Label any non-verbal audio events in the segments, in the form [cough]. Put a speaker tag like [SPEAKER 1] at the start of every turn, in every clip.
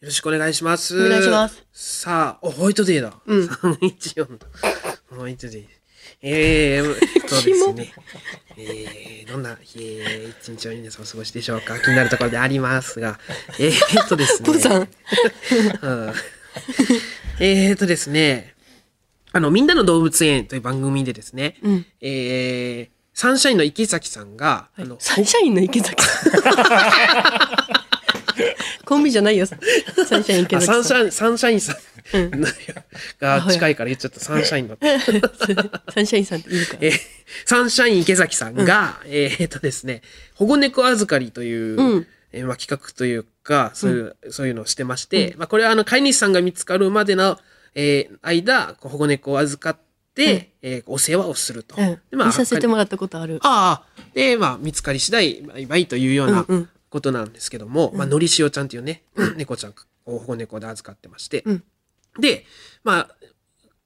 [SPEAKER 1] よろしくお願いします。
[SPEAKER 2] お願いします。
[SPEAKER 1] さあ、お、ホワイトデーだ。 [laughs]
[SPEAKER 2] うん
[SPEAKER 1] 314だ。ホワイトデー。えー、そうです
[SPEAKER 2] [laughs]
[SPEAKER 1] ね。えー、どんな日、えー一日を皆さんお過ごしでしょうか気になるところでありますが、えーっと
[SPEAKER 2] [laughs]
[SPEAKER 1] ですね。
[SPEAKER 2] ポンさん。
[SPEAKER 1] うんえーとですね、あの、みんなの動物園という番組でですね、
[SPEAKER 2] うん
[SPEAKER 1] えーサンシャインの池崎さんが、あの、
[SPEAKER 2] サンシャインの池崎さん。コンビじゃないよ。サンシャイン池
[SPEAKER 1] あサ
[SPEAKER 2] 崎さん
[SPEAKER 1] ン。シャイン、サンシャインさん [laughs] が近いから言っちゃった、サンシャインだった。
[SPEAKER 2] [laughs] サンシャインさんっているか。
[SPEAKER 1] えーサンシャイン池崎さんが、えーっとですね、保護猫預かりという、
[SPEAKER 2] うん
[SPEAKER 1] えーまあ、企画というか、そういう、そういうのをしてまして、まあ、これはあの、飼い主さんが見つかるまでの、えー間、こう保護猫を預かって、えーお世話をすると。
[SPEAKER 2] うん
[SPEAKER 1] でまあ
[SPEAKER 2] 見させてもらったことある。
[SPEAKER 1] ああ、で、まあ、見つかり次第、バイバイというような
[SPEAKER 2] うんうん
[SPEAKER 1] ことなんですけども、まあ、のりしおちゃんっていうね、猫ちゃんを保護猫で預かってまして、
[SPEAKER 2] うん
[SPEAKER 1] で、まあ、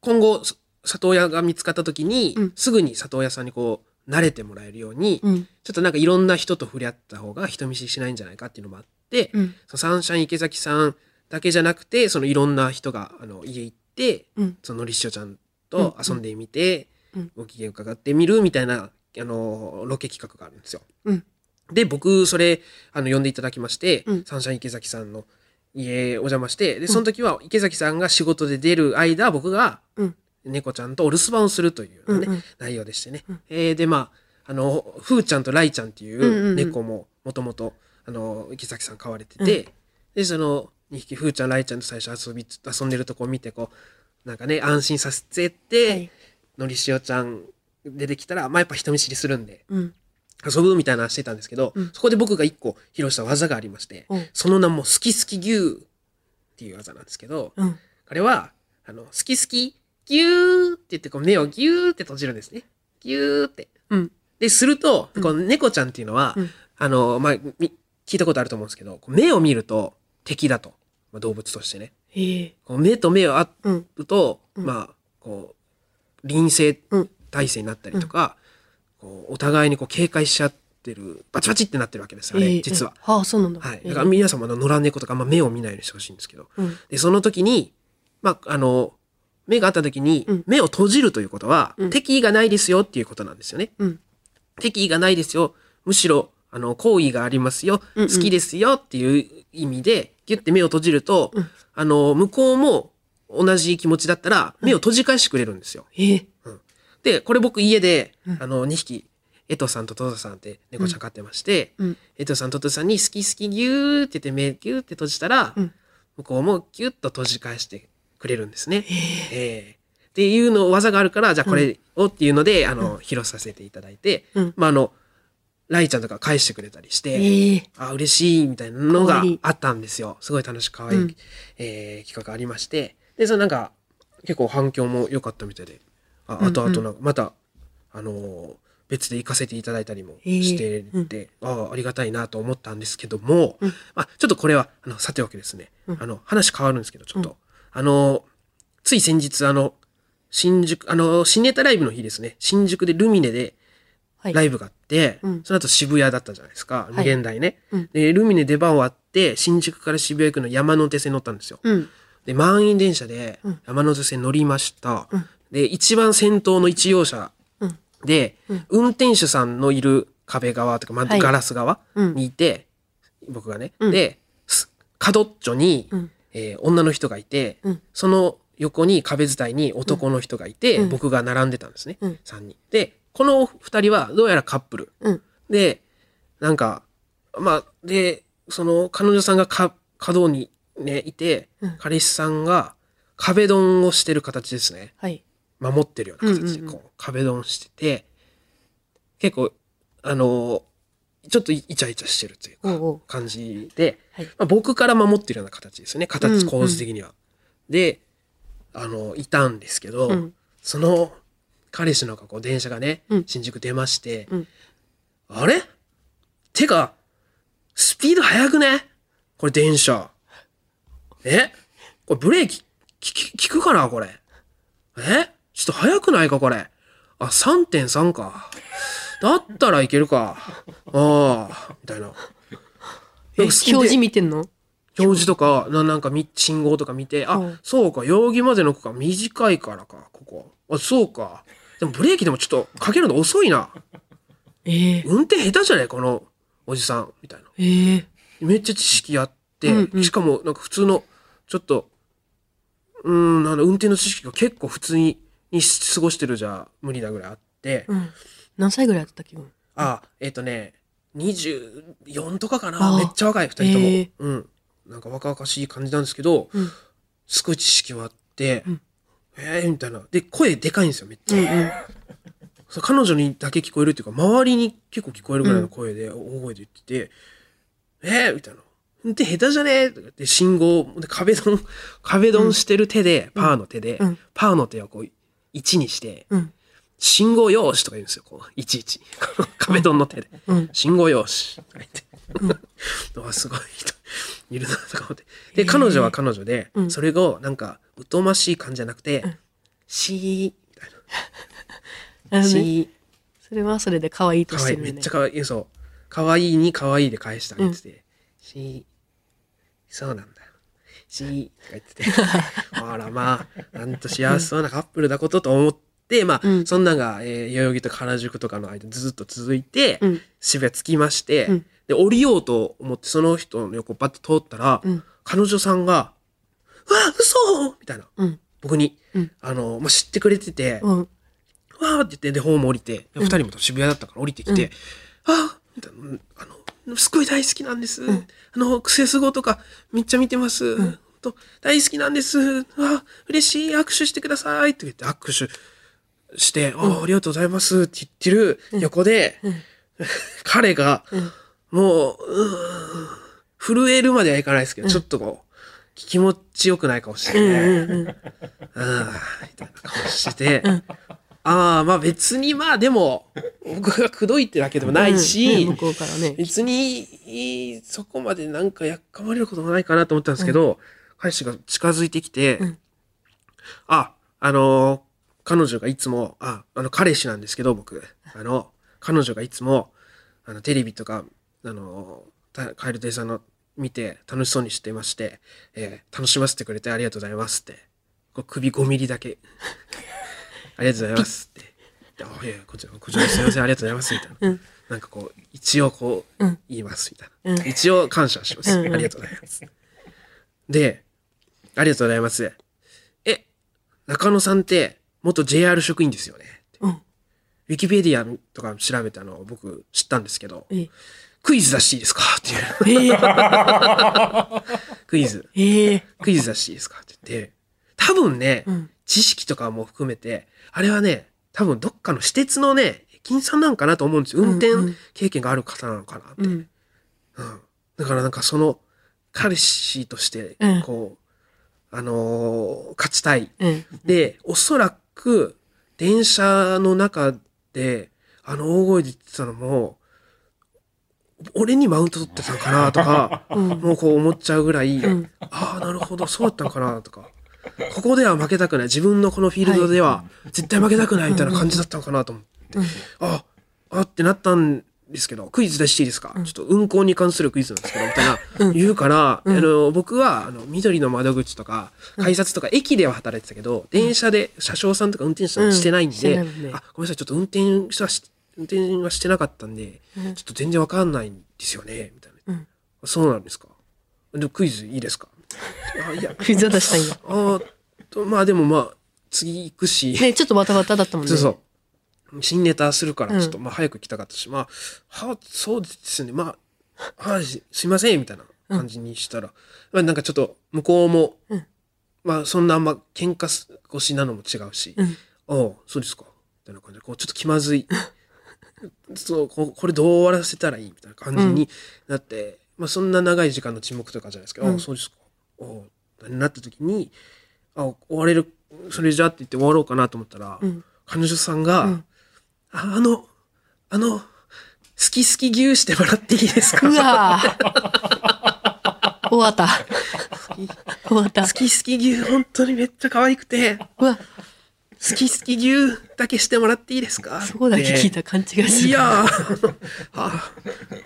[SPEAKER 1] 今後、そ里親が見つかった時に、
[SPEAKER 2] うん
[SPEAKER 1] すぐに里親さんにこう、慣れてもらえるように、
[SPEAKER 2] うん。
[SPEAKER 1] ちょっとなんかいろんな人と触れ合った方が人見知りしないんじゃないかっていうのもあって、
[SPEAKER 2] うん。
[SPEAKER 1] そのサンシャイン池崎さんだけじゃなくて、そのいろんな人が、あの、家行って、
[SPEAKER 2] うん。
[SPEAKER 1] そのりっしょちゃんと遊んでみて、
[SPEAKER 2] うん
[SPEAKER 1] ご機嫌伺ってみるみたいな、あの、ロケ企画があるんですよ。
[SPEAKER 2] うん
[SPEAKER 1] で、僕、それ、あの、呼んでいただきまして、
[SPEAKER 2] うん
[SPEAKER 1] サンシャイン池崎さんの家へお邪魔して、で、その時は池崎さんが仕事で出る間、僕が
[SPEAKER 2] うん。
[SPEAKER 1] 猫ちゃんとお留守番をするというね、
[SPEAKER 2] うんうん
[SPEAKER 1] 内容でしてね。えーで、まあ、あの、ふーちゃんとらいちゃんってい
[SPEAKER 2] んうんう
[SPEAKER 1] うん猫も、もともと、あの、池崎さん飼われてて、で、その、2匹、ふーちゃん、らいちゃんと最初遊び、遊んでるとこを見て、こう、なんかね、安心させてって、
[SPEAKER 2] はい
[SPEAKER 1] のりしおちゃん出てきたら、まあ、やっぱ人見知りするんで、
[SPEAKER 2] うん。
[SPEAKER 1] 遊ぶみたいな話してたんですけど、
[SPEAKER 2] うん
[SPEAKER 1] そこで僕が一個披露した技がありまして、
[SPEAKER 2] うん
[SPEAKER 1] その名も、好き好き牛っていう技なんですけど、
[SPEAKER 2] うん。
[SPEAKER 1] これは、あの、好き好き、ぎゅーって言って、こう目をぎゅーって閉じるんですね。ぎゅーって。
[SPEAKER 2] うん。
[SPEAKER 1] で、すると、この猫ちゃんっていうのは、
[SPEAKER 2] うん
[SPEAKER 1] あの、まあ、み聞いたことあると思うんですけど、こう目を見ると敵だと。まあ、動物としてね。
[SPEAKER 2] へえ。
[SPEAKER 1] こう目と目を合
[SPEAKER 2] うん。
[SPEAKER 1] うと、
[SPEAKER 2] うん
[SPEAKER 1] まあ、こう、臨性
[SPEAKER 2] うん
[SPEAKER 1] 体制になったりとか、こうお互いにこう警戒しちゃってる、バチバチってなってるわけです、あ
[SPEAKER 2] え
[SPEAKER 1] れ、
[SPEAKER 2] え
[SPEAKER 1] 実は。。
[SPEAKER 2] ああ、そうなんだ。
[SPEAKER 1] はい。
[SPEAKER 2] ええ
[SPEAKER 1] だから皆様の野良猫とか、まあ、目を見ないようにしてほしいんですけど。
[SPEAKER 2] うん。
[SPEAKER 1] で、その時に、まあ、あの、目があった時に
[SPEAKER 2] うん、
[SPEAKER 1] 目を閉じるということは、
[SPEAKER 2] うん
[SPEAKER 1] 敵意がないですよっていうことなんですよね。
[SPEAKER 2] うん。
[SPEAKER 1] 敵意がないですよ。むしろ、あの、好意がありますよ。
[SPEAKER 2] うんうん
[SPEAKER 1] 好きですよっていう意味で、ギュッて目を閉じると、
[SPEAKER 2] うん
[SPEAKER 1] あの、向こうも同じ気持ちだったら、目を閉じ返してくれるんですよ。
[SPEAKER 2] ええ。
[SPEAKER 1] で、これ僕家で、
[SPEAKER 2] うん
[SPEAKER 1] あの、2匹、エトさんとトトさんって猫ちゃん飼ってまして、
[SPEAKER 2] うん。
[SPEAKER 1] エトさんとトトさんに好き好きギューって言って目ギューって閉じたら、
[SPEAKER 2] うん
[SPEAKER 1] 向こうもギュッと閉じ返してくれるんですね。
[SPEAKER 2] ええ。
[SPEAKER 1] ええっていうの技があるから、じゃあこれをっていうので、あの、披露させていただいて、
[SPEAKER 2] うん
[SPEAKER 1] まああの、ライちゃんとか返してくれたりして、
[SPEAKER 2] ええ。
[SPEAKER 1] あ、嬉しいみたいなのが
[SPEAKER 2] 可愛い
[SPEAKER 1] あったんですよ。すごい楽しく可愛い、
[SPEAKER 2] うん
[SPEAKER 1] えー企画がありまして。で、そのなんか、結構反響も良かったみたいで、あ
[SPEAKER 2] うん
[SPEAKER 1] あとあとなんか、また、あのー別で行かせていただいたりもして
[SPEAKER 2] ええうん
[SPEAKER 1] て、ああ、ありがたいなと思ったんですけども、
[SPEAKER 2] うん
[SPEAKER 1] まあ、ちょっとこれは、あの、さておきですね、
[SPEAKER 2] うん
[SPEAKER 1] あの、話変わるんですけど、ちょっと、あのーつい先日、あの、新宿、あのー、新ネタライブの日ですね、新宿でルミネで、
[SPEAKER 2] はい。
[SPEAKER 1] ラ
[SPEAKER 2] イ
[SPEAKER 1] イブがあって、
[SPEAKER 2] うん
[SPEAKER 1] その後渋谷だったじゃないですか、
[SPEAKER 2] い
[SPEAKER 1] 無限大ね、
[SPEAKER 2] うん
[SPEAKER 1] で、ルミネ出番終わって、新宿から渋谷行くの山手線乗ったんですよ。
[SPEAKER 2] ブ。うん。
[SPEAKER 1] で、満員電車で
[SPEAKER 2] うん
[SPEAKER 1] 山手線乗りました。
[SPEAKER 2] うん
[SPEAKER 1] で、一番先頭の一用車
[SPEAKER 2] うん。
[SPEAKER 1] で、
[SPEAKER 2] うん
[SPEAKER 1] 運転手さんのいる壁側とか、まあ、
[SPEAKER 2] はい
[SPEAKER 1] ガラス側
[SPEAKER 2] うん
[SPEAKER 1] にいて、僕がね、
[SPEAKER 2] うん
[SPEAKER 1] で、す角っちょに、
[SPEAKER 2] うん
[SPEAKER 1] えー女の人がいて、
[SPEAKER 2] うん
[SPEAKER 1] その横に壁伝いに男の人がいて、
[SPEAKER 2] うん
[SPEAKER 1] 僕が並んでたんですね、
[SPEAKER 2] うん
[SPEAKER 1] 3人。で、この2人はどうやらカップル。
[SPEAKER 2] うん。
[SPEAKER 1] で、なんか、まあ、で、その、彼女さんがか、角にね、いて、
[SPEAKER 2] うん
[SPEAKER 1] 彼氏さんが壁ドンをしてる形ですね。
[SPEAKER 2] はい。
[SPEAKER 1] 守ってるような形
[SPEAKER 2] う
[SPEAKER 1] で、
[SPEAKER 2] んうんうん
[SPEAKER 1] こう、壁ドンしてて、結構、あのーちょっとイチャイチャしてるという
[SPEAKER 2] おう
[SPEAKER 1] か、
[SPEAKER 2] おう。
[SPEAKER 1] 感じで、
[SPEAKER 2] はい。
[SPEAKER 1] まあ、僕から守ってるような形ですよね。
[SPEAKER 2] うんう
[SPEAKER 1] 形、
[SPEAKER 2] ん
[SPEAKER 1] 構図的には。で、あのいたんですけど、
[SPEAKER 2] うん
[SPEAKER 1] その、彼氏のこう電車がね、
[SPEAKER 2] うん
[SPEAKER 1] 新宿出まして、
[SPEAKER 2] うん
[SPEAKER 1] あれてか、スピード速くねこれ電車。えこれブレーキ、き、き、効くかなこれ。えちょっと速くないかこれ。あ、3.3か。だったらいけるか。ああ、みたいな。なん
[SPEAKER 2] え、
[SPEAKER 1] か
[SPEAKER 2] 表示見てんの
[SPEAKER 1] 表示とか、ななんかみ信号とか見て、あ、
[SPEAKER 2] うん
[SPEAKER 1] そうか、容疑までの区間短いからか、ここ。あ、そうか。でもブレーキでもちょっとかけるの遅いな。
[SPEAKER 2] ええ
[SPEAKER 1] 運転下手じゃねえこのおじさん。みたいな。
[SPEAKER 2] ええ
[SPEAKER 1] めっちゃ知識あって、
[SPEAKER 2] うんうん
[SPEAKER 1] しかもなんか普通の、ちょっと、うーん、なんだ、運転の知識が結構普通にに過ごしてるじゃ無理なぐらいあって、
[SPEAKER 2] うん。何歳ぐらいだった気分
[SPEAKER 1] あ、えっ、とね、24とかか
[SPEAKER 2] あ
[SPEAKER 1] な
[SPEAKER 2] あ
[SPEAKER 1] めっちゃ若い、二人とも。
[SPEAKER 2] へえ
[SPEAKER 1] うん。なんか若々しい感じなんですけど、
[SPEAKER 2] うん。
[SPEAKER 1] すごい知識はあって、
[SPEAKER 2] うん
[SPEAKER 1] えーみたいな。で、声でかいんですよ、めっち
[SPEAKER 2] う
[SPEAKER 1] ゃ。
[SPEAKER 2] んうん。
[SPEAKER 1] そう彼女にだけ聞こえるっていうか、周りに結構聞こえるぐらいの声で、大声で言ってて、えーみたいな。運転下手じゃねえとかで、信号、で壁ドン、 [laughs] 壁ドンしてる手で、パーの手で、
[SPEAKER 2] うん
[SPEAKER 1] パーの手をこう、1にして、
[SPEAKER 2] うん。
[SPEAKER 1] 信号用紙とか言うんですよ、こう、いちい [laughs] ち。この壁ドンの手で。
[SPEAKER 2] うん。
[SPEAKER 1] 信号用紙とか言って。うわ、すごい人いるなとか思って。で、彼女は彼女で、
[SPEAKER 2] うん
[SPEAKER 1] それをなんか、疎ましい感じじゃなくて、シー、みたい
[SPEAKER 2] あ
[SPEAKER 1] な。
[SPEAKER 2] の
[SPEAKER 1] シ
[SPEAKER 2] ね、
[SPEAKER 1] ー、
[SPEAKER 2] それはそれで可愛いと
[SPEAKER 1] か
[SPEAKER 2] し
[SPEAKER 1] わい
[SPEAKER 2] て
[SPEAKER 1] い、
[SPEAKER 2] る
[SPEAKER 1] め
[SPEAKER 2] よ
[SPEAKER 1] っ
[SPEAKER 2] ね
[SPEAKER 1] ちゃ。かわいい、そう。かわいいにかわいいで返してあげてて、シー、そうなんだ。シー、とか言ってて、 [laughs] あらまあ、なんと幸せそうなカップルだことと思って、まあ、
[SPEAKER 2] うん
[SPEAKER 1] そんなんが、えー代々木と原宿とかの間ずっと続いて、
[SPEAKER 2] うん。
[SPEAKER 1] 渋谷着きまして、
[SPEAKER 2] うん
[SPEAKER 1] で降りようと思ってその人の横バッて通ったら、
[SPEAKER 2] うん
[SPEAKER 1] 彼女さんが「うわ嘘みたいな
[SPEAKER 2] うん。
[SPEAKER 1] 僕に、
[SPEAKER 2] うん
[SPEAKER 1] あのまあ、知ってくれてて「
[SPEAKER 2] うん。
[SPEAKER 1] わ」って言ってでホーム降りてで二人も渋谷だったから降りてきて「あみたいなあのすごい大好きなんです、あのクセスゴとかめっちゃ見てます、ほんと大好きなんですあ嬉しい握手してください」って言って握手して「あありがとうございます」って言ってる横で、 [laughs] 彼が「
[SPEAKER 2] うん。
[SPEAKER 1] もう、うーん震えるまではいかないですけど、ちょっとこう、気持ちよくない顔してて、
[SPEAKER 2] うんうん
[SPEAKER 1] あーみたいな顔してて、ああ、まあ別にまあでも、僕が口説いてるわけでもないし、
[SPEAKER 2] うんね向こうからね。
[SPEAKER 1] 別にいい、そこまでなんかやっかまれることもないかなと思ったんですけど、彼氏が近づいてきて、
[SPEAKER 2] ん
[SPEAKER 1] あ、あのー彼女がいつも、あ、あの、彼氏なんですけど、僕、あの、彼女がいつも、あの、テレビとか、あのー、たカエル亭さんの見て楽しそうにしてまして、えー楽しませてくれてありがとうございますって、こう首5ミリだけ、 [laughs] ありがとうございますって。あいやいやこちらこちらすいませんありがとうございますみたいな、なんかこう一応こう
[SPEAKER 2] うん
[SPEAKER 1] 言いますみたいな、
[SPEAKER 2] うん
[SPEAKER 1] 一応感謝します、
[SPEAKER 2] うんうん
[SPEAKER 1] ありがとうございますでありがとうございますえ中野さんって元 JR 職員ですよね
[SPEAKER 2] うん。
[SPEAKER 1] ウィキペディアとか調べたのを僕知ったんですけど
[SPEAKER 2] ええ
[SPEAKER 1] クイズ出していいですかっていう
[SPEAKER 2] えー
[SPEAKER 1] クイズ
[SPEAKER 2] えー。
[SPEAKER 1] クイズ出していいですかって言って多分ね、
[SPEAKER 2] うん。
[SPEAKER 1] 知識とかも含めて、あれはね、多分どっかの私鉄のね、駅員さんなんかなと思うんですよ。運転
[SPEAKER 2] うんうん
[SPEAKER 1] 経験がある方なのかなって。う
[SPEAKER 2] う
[SPEAKER 1] ん
[SPEAKER 2] ん。
[SPEAKER 1] だからなんかその、彼氏として
[SPEAKER 2] うん、
[SPEAKER 1] こう、あのー勝ちたい。
[SPEAKER 2] うん。
[SPEAKER 1] で、おそらく、電車の中で、あの大声で言ってたのも、俺にマウント取ってたのかなとか、
[SPEAKER 2] うん。
[SPEAKER 1] もうこう思っちゃうぐらい、
[SPEAKER 2] うん
[SPEAKER 1] ああ、なるほど、そうだったのかな、とか。ここでは負けたくない。自分のこのフィールドでは、絶対負けたくない、みたいな感じだったのかなと思って。ああ、ってなったんですけど、クイズ出していいですか、ちょっと運行に関するクイズなんですけど、みたいな、言うから、あの、僕は、あの、緑の窓口とか、改札とか、駅では働いてたけど、電車で車掌さんとか運転手さんしてないん
[SPEAKER 2] うんして
[SPEAKER 1] で、
[SPEAKER 2] ないもんね
[SPEAKER 1] あ、ごめんなさい、ちょっと運転はし、運転はしてなかったんで、ちょっと全然わかんないんですよね、みたいな。
[SPEAKER 2] うん
[SPEAKER 1] そうなんですか。で、クイズいいですかあいや、 [laughs]
[SPEAKER 2] クイズは出したいんだ。
[SPEAKER 1] あーと、まあでもまあ、次行くし、
[SPEAKER 2] ね、ちょっとバタバタだったもんね。
[SPEAKER 1] そうそう。新ネタするか
[SPEAKER 2] うん
[SPEAKER 1] ら、ちょっと、まあ早く来たかったし、まあ、は、そうですね、まあ、はい、すいません、みたいな感じにしたら、まあなんかちょっと、向こうも、
[SPEAKER 2] うん
[SPEAKER 1] まあそんなあんま喧嘩す腰なのも違うし、
[SPEAKER 2] うん。
[SPEAKER 1] ああ、そうですか。みたいな感じで、こう、ちょっと気まずい。 [laughs] そう、ここれどう終わらせたらいいみたいな感じになって、まあ、そんな長い時間の沈黙とかじゃないですけど、
[SPEAKER 2] うん
[SPEAKER 1] ああ、そうですか。ああ、なった時に、あ終われる、それじゃって言って終わろうかなと思ったら、
[SPEAKER 2] うん
[SPEAKER 1] 彼女さんが、
[SPEAKER 2] うん
[SPEAKER 1] ああの、あの、好き好き牛してもらっていいですか
[SPEAKER 2] うわぁ。終わった。終わった
[SPEAKER 1] 好。き好き牛、本当にめっちゃ可愛くて、
[SPEAKER 2] うわ、
[SPEAKER 1] 好き好き牛だけしてもらっていいですか
[SPEAKER 2] そこだけ聞い
[SPEAKER 1] って
[SPEAKER 2] た勘違いする。
[SPEAKER 1] いやー、あ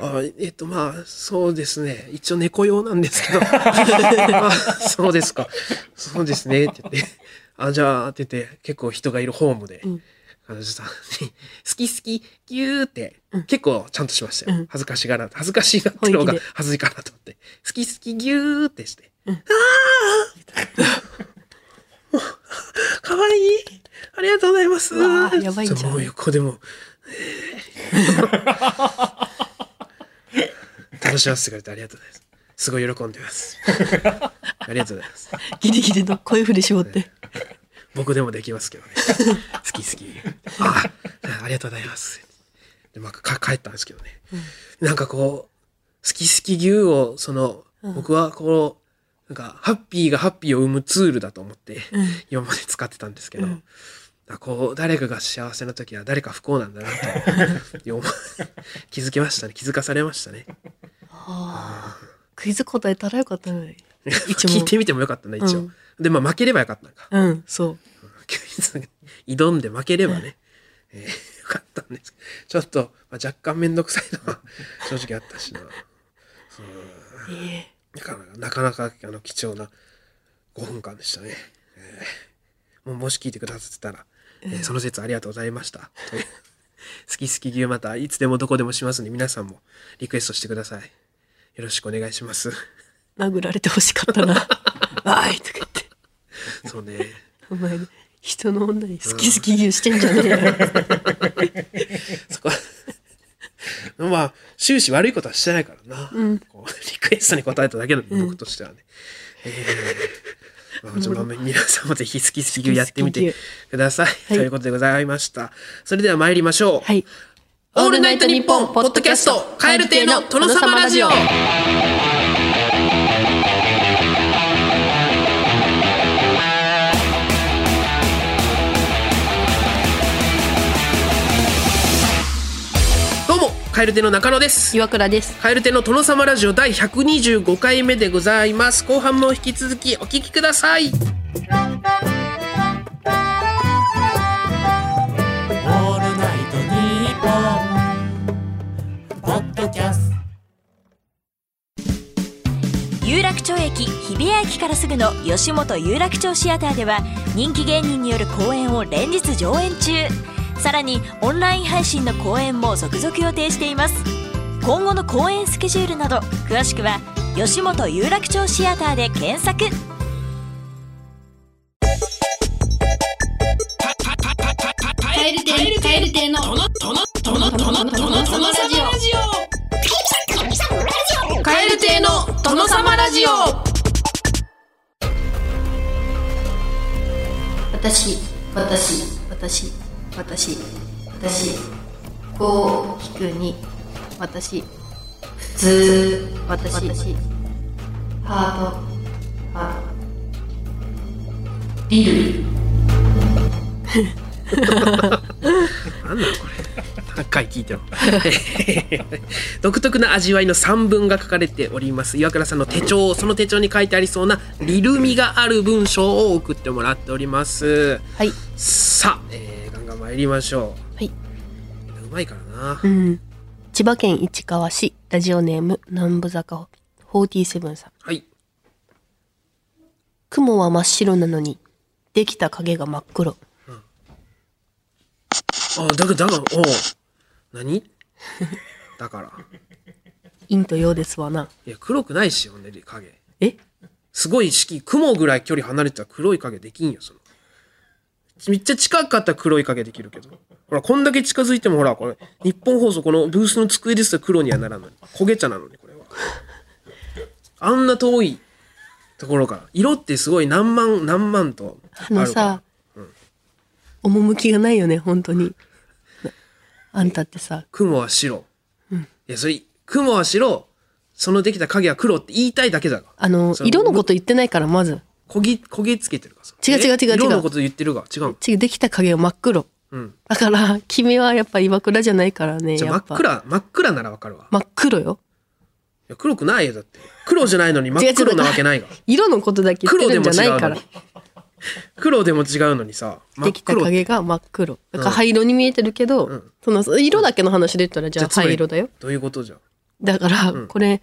[SPEAKER 1] あ、えっと、まあ、そうですね。一応猫用なんですけど。 [laughs] あそうですか。そうですね。って言って。あ、じゃあ、って言って、結構人がいるホームで、
[SPEAKER 2] ん
[SPEAKER 1] 彼女さんに、好き好き、ギューって、結構ちゃんとしましたよ。
[SPEAKER 2] うん
[SPEAKER 1] 恥ずかしがら、恥ずかしがってる方が
[SPEAKER 2] 本気で
[SPEAKER 1] 恥ずいかなと思って。好き好き、ギューってして。ああかわいいありがとうございます
[SPEAKER 2] わあやばいんじゃん
[SPEAKER 1] そう横でも、 [laughs] 楽しませてくれてありがとうございます。すごい喜んでます。ありがとうございます。
[SPEAKER 2] ギリギリの声振り絞って。
[SPEAKER 1] 僕でもできますけどね。 [laughs] 好き好き。ああ、ありがとうございます。で、まあ、か帰ったんですけどね。なんかこう、好き好き牛を、その、
[SPEAKER 2] うん
[SPEAKER 1] 僕はこう、なんか、ハッピーがハッピーを生むツールだと思って、
[SPEAKER 2] うん。
[SPEAKER 1] 今まで使ってたんですけど、
[SPEAKER 2] うん
[SPEAKER 1] あこう誰かが幸せな時は誰か不幸なんだな
[SPEAKER 2] [laughs]
[SPEAKER 1] と思う気づきましたね気づかされましたね
[SPEAKER 2] あークイズ答えたらよかったのに。一問
[SPEAKER 1] 聞いてみてもよかったな一応、
[SPEAKER 2] うん
[SPEAKER 1] でまあ負ければよかったのか
[SPEAKER 2] うん、そう。
[SPEAKER 1] クイズに挑んで負ければね、えーよかったんですちょっと、まあ、若干面倒くさいのは正直あったしな
[SPEAKER 2] え
[SPEAKER 1] なかなかなかなかあの貴重な5分間でしたね、えーもうもし聞いてくださってたら、えーその説ありがとうございましたという好き好き牛またいつでもどこでもしますんで皆さんもリクエストしてくださいよろしくお願いします
[SPEAKER 2] え殴られてほしかったな。 [laughs] わーいとか言って。
[SPEAKER 1] そうね
[SPEAKER 2] お前、人の女に好き好き言うしてんじゃ [laughs] ねえよ。
[SPEAKER 1] そこはまあ終始悪いことはしてないからな、こうリクエストに答えただけなので、僕としてはね、えーまあちょっとまあ皆さんもぜひ好き好き牛やってみてください、
[SPEAKER 2] はい
[SPEAKER 1] ということでございましたそれでは参りましょう、
[SPEAKER 2] はい。
[SPEAKER 1] オールナイトニッポンポッドキャスト蛙亭の殿様ラジオどうも蛙亭の中野です
[SPEAKER 2] 岩倉です。
[SPEAKER 1] 蛙亭の殿様ラジオ第125回目でございます後半も引き続きお聞きください
[SPEAKER 3] オールナイトニッポン」ポッドキャスト
[SPEAKER 4] 有楽町駅日比谷駅からすぐの吉本有楽町シアターでは人気芸人による公演を連日上演中さらにオンライン配信の公演も続々予定しています今後の公演スケジュールなど詳しくは吉本有楽町シアターで検索
[SPEAKER 5] カエル亭カエル亭のトノトノトノトノトノトノラジオカエル亭の殿様ラジオ私私私私私五引く二私普通私私ハートハートビル
[SPEAKER 1] なんだろうこれ何回聞いても [laughs] 独特な味わいの散文が書かれております岩倉さんの手帳その手帳に書いてありそうなリルミがある文章を送ってもらっております
[SPEAKER 2] はい。
[SPEAKER 1] さあ、えー、ガンガン参りましょ
[SPEAKER 2] はい。
[SPEAKER 1] ううまいからな
[SPEAKER 2] うん。千葉県市川市、ラジオネーム、南部坂47さん。
[SPEAKER 1] はい
[SPEAKER 2] 雲は真っ白なのに、できた影が真っ黒。
[SPEAKER 1] あだからだからおう何 [laughs] だから
[SPEAKER 2] 陰と陽ですわな。
[SPEAKER 1] いや黒くないしほんで影
[SPEAKER 2] え
[SPEAKER 1] すごい式雲ぐらい距離離れてたら黒い影できんよそのめっちゃ近かったら黒い影できるけどほらこんだけ近づいてもほらこれ日本放送このブースの机ですら黒にはならない焦げ茶なのにこれはあんな遠いところから色ってすごい何万何万とあ
[SPEAKER 2] あのさ、趣がないよね、本当に。なあんたってさ、
[SPEAKER 1] 雲は白、いやそれ雲は白そのできた影は黒って言いたいだけだが
[SPEAKER 2] あの、
[SPEAKER 1] そう
[SPEAKER 2] 色のこと言ってないから、まず。
[SPEAKER 1] 焦げ焦げつけてるかそ
[SPEAKER 2] 違う
[SPEAKER 1] れ
[SPEAKER 2] 違う違う違う
[SPEAKER 1] 色のこと言ってるが違うの
[SPEAKER 2] 次、できた影は真っ黒。
[SPEAKER 1] うん
[SPEAKER 2] だから、君はやっぱ岩倉じゃないからね。
[SPEAKER 1] じゃ
[SPEAKER 2] や
[SPEAKER 1] 真
[SPEAKER 2] っ
[SPEAKER 1] っ
[SPEAKER 2] ぱ。
[SPEAKER 1] 暗真っ暗ならわかるわ
[SPEAKER 2] 真っ黒よ。
[SPEAKER 1] いや黒く
[SPEAKER 2] [laughs]
[SPEAKER 1] ないよだって黒じゃないのに真っ黒なわけないが
[SPEAKER 2] 色のことだけ言ってるんじゃないから
[SPEAKER 1] 黒でも違う黒でも違うのにさ、真
[SPEAKER 2] で
[SPEAKER 1] っ
[SPEAKER 2] きた
[SPEAKER 1] 黒って
[SPEAKER 2] 影が真っ黒。だから灰色に見えてるけど、その色だけの話で言ったらじゃあ
[SPEAKER 1] つまり
[SPEAKER 2] 灰色だよ。
[SPEAKER 1] どういうことじゃん。
[SPEAKER 2] だからこれ、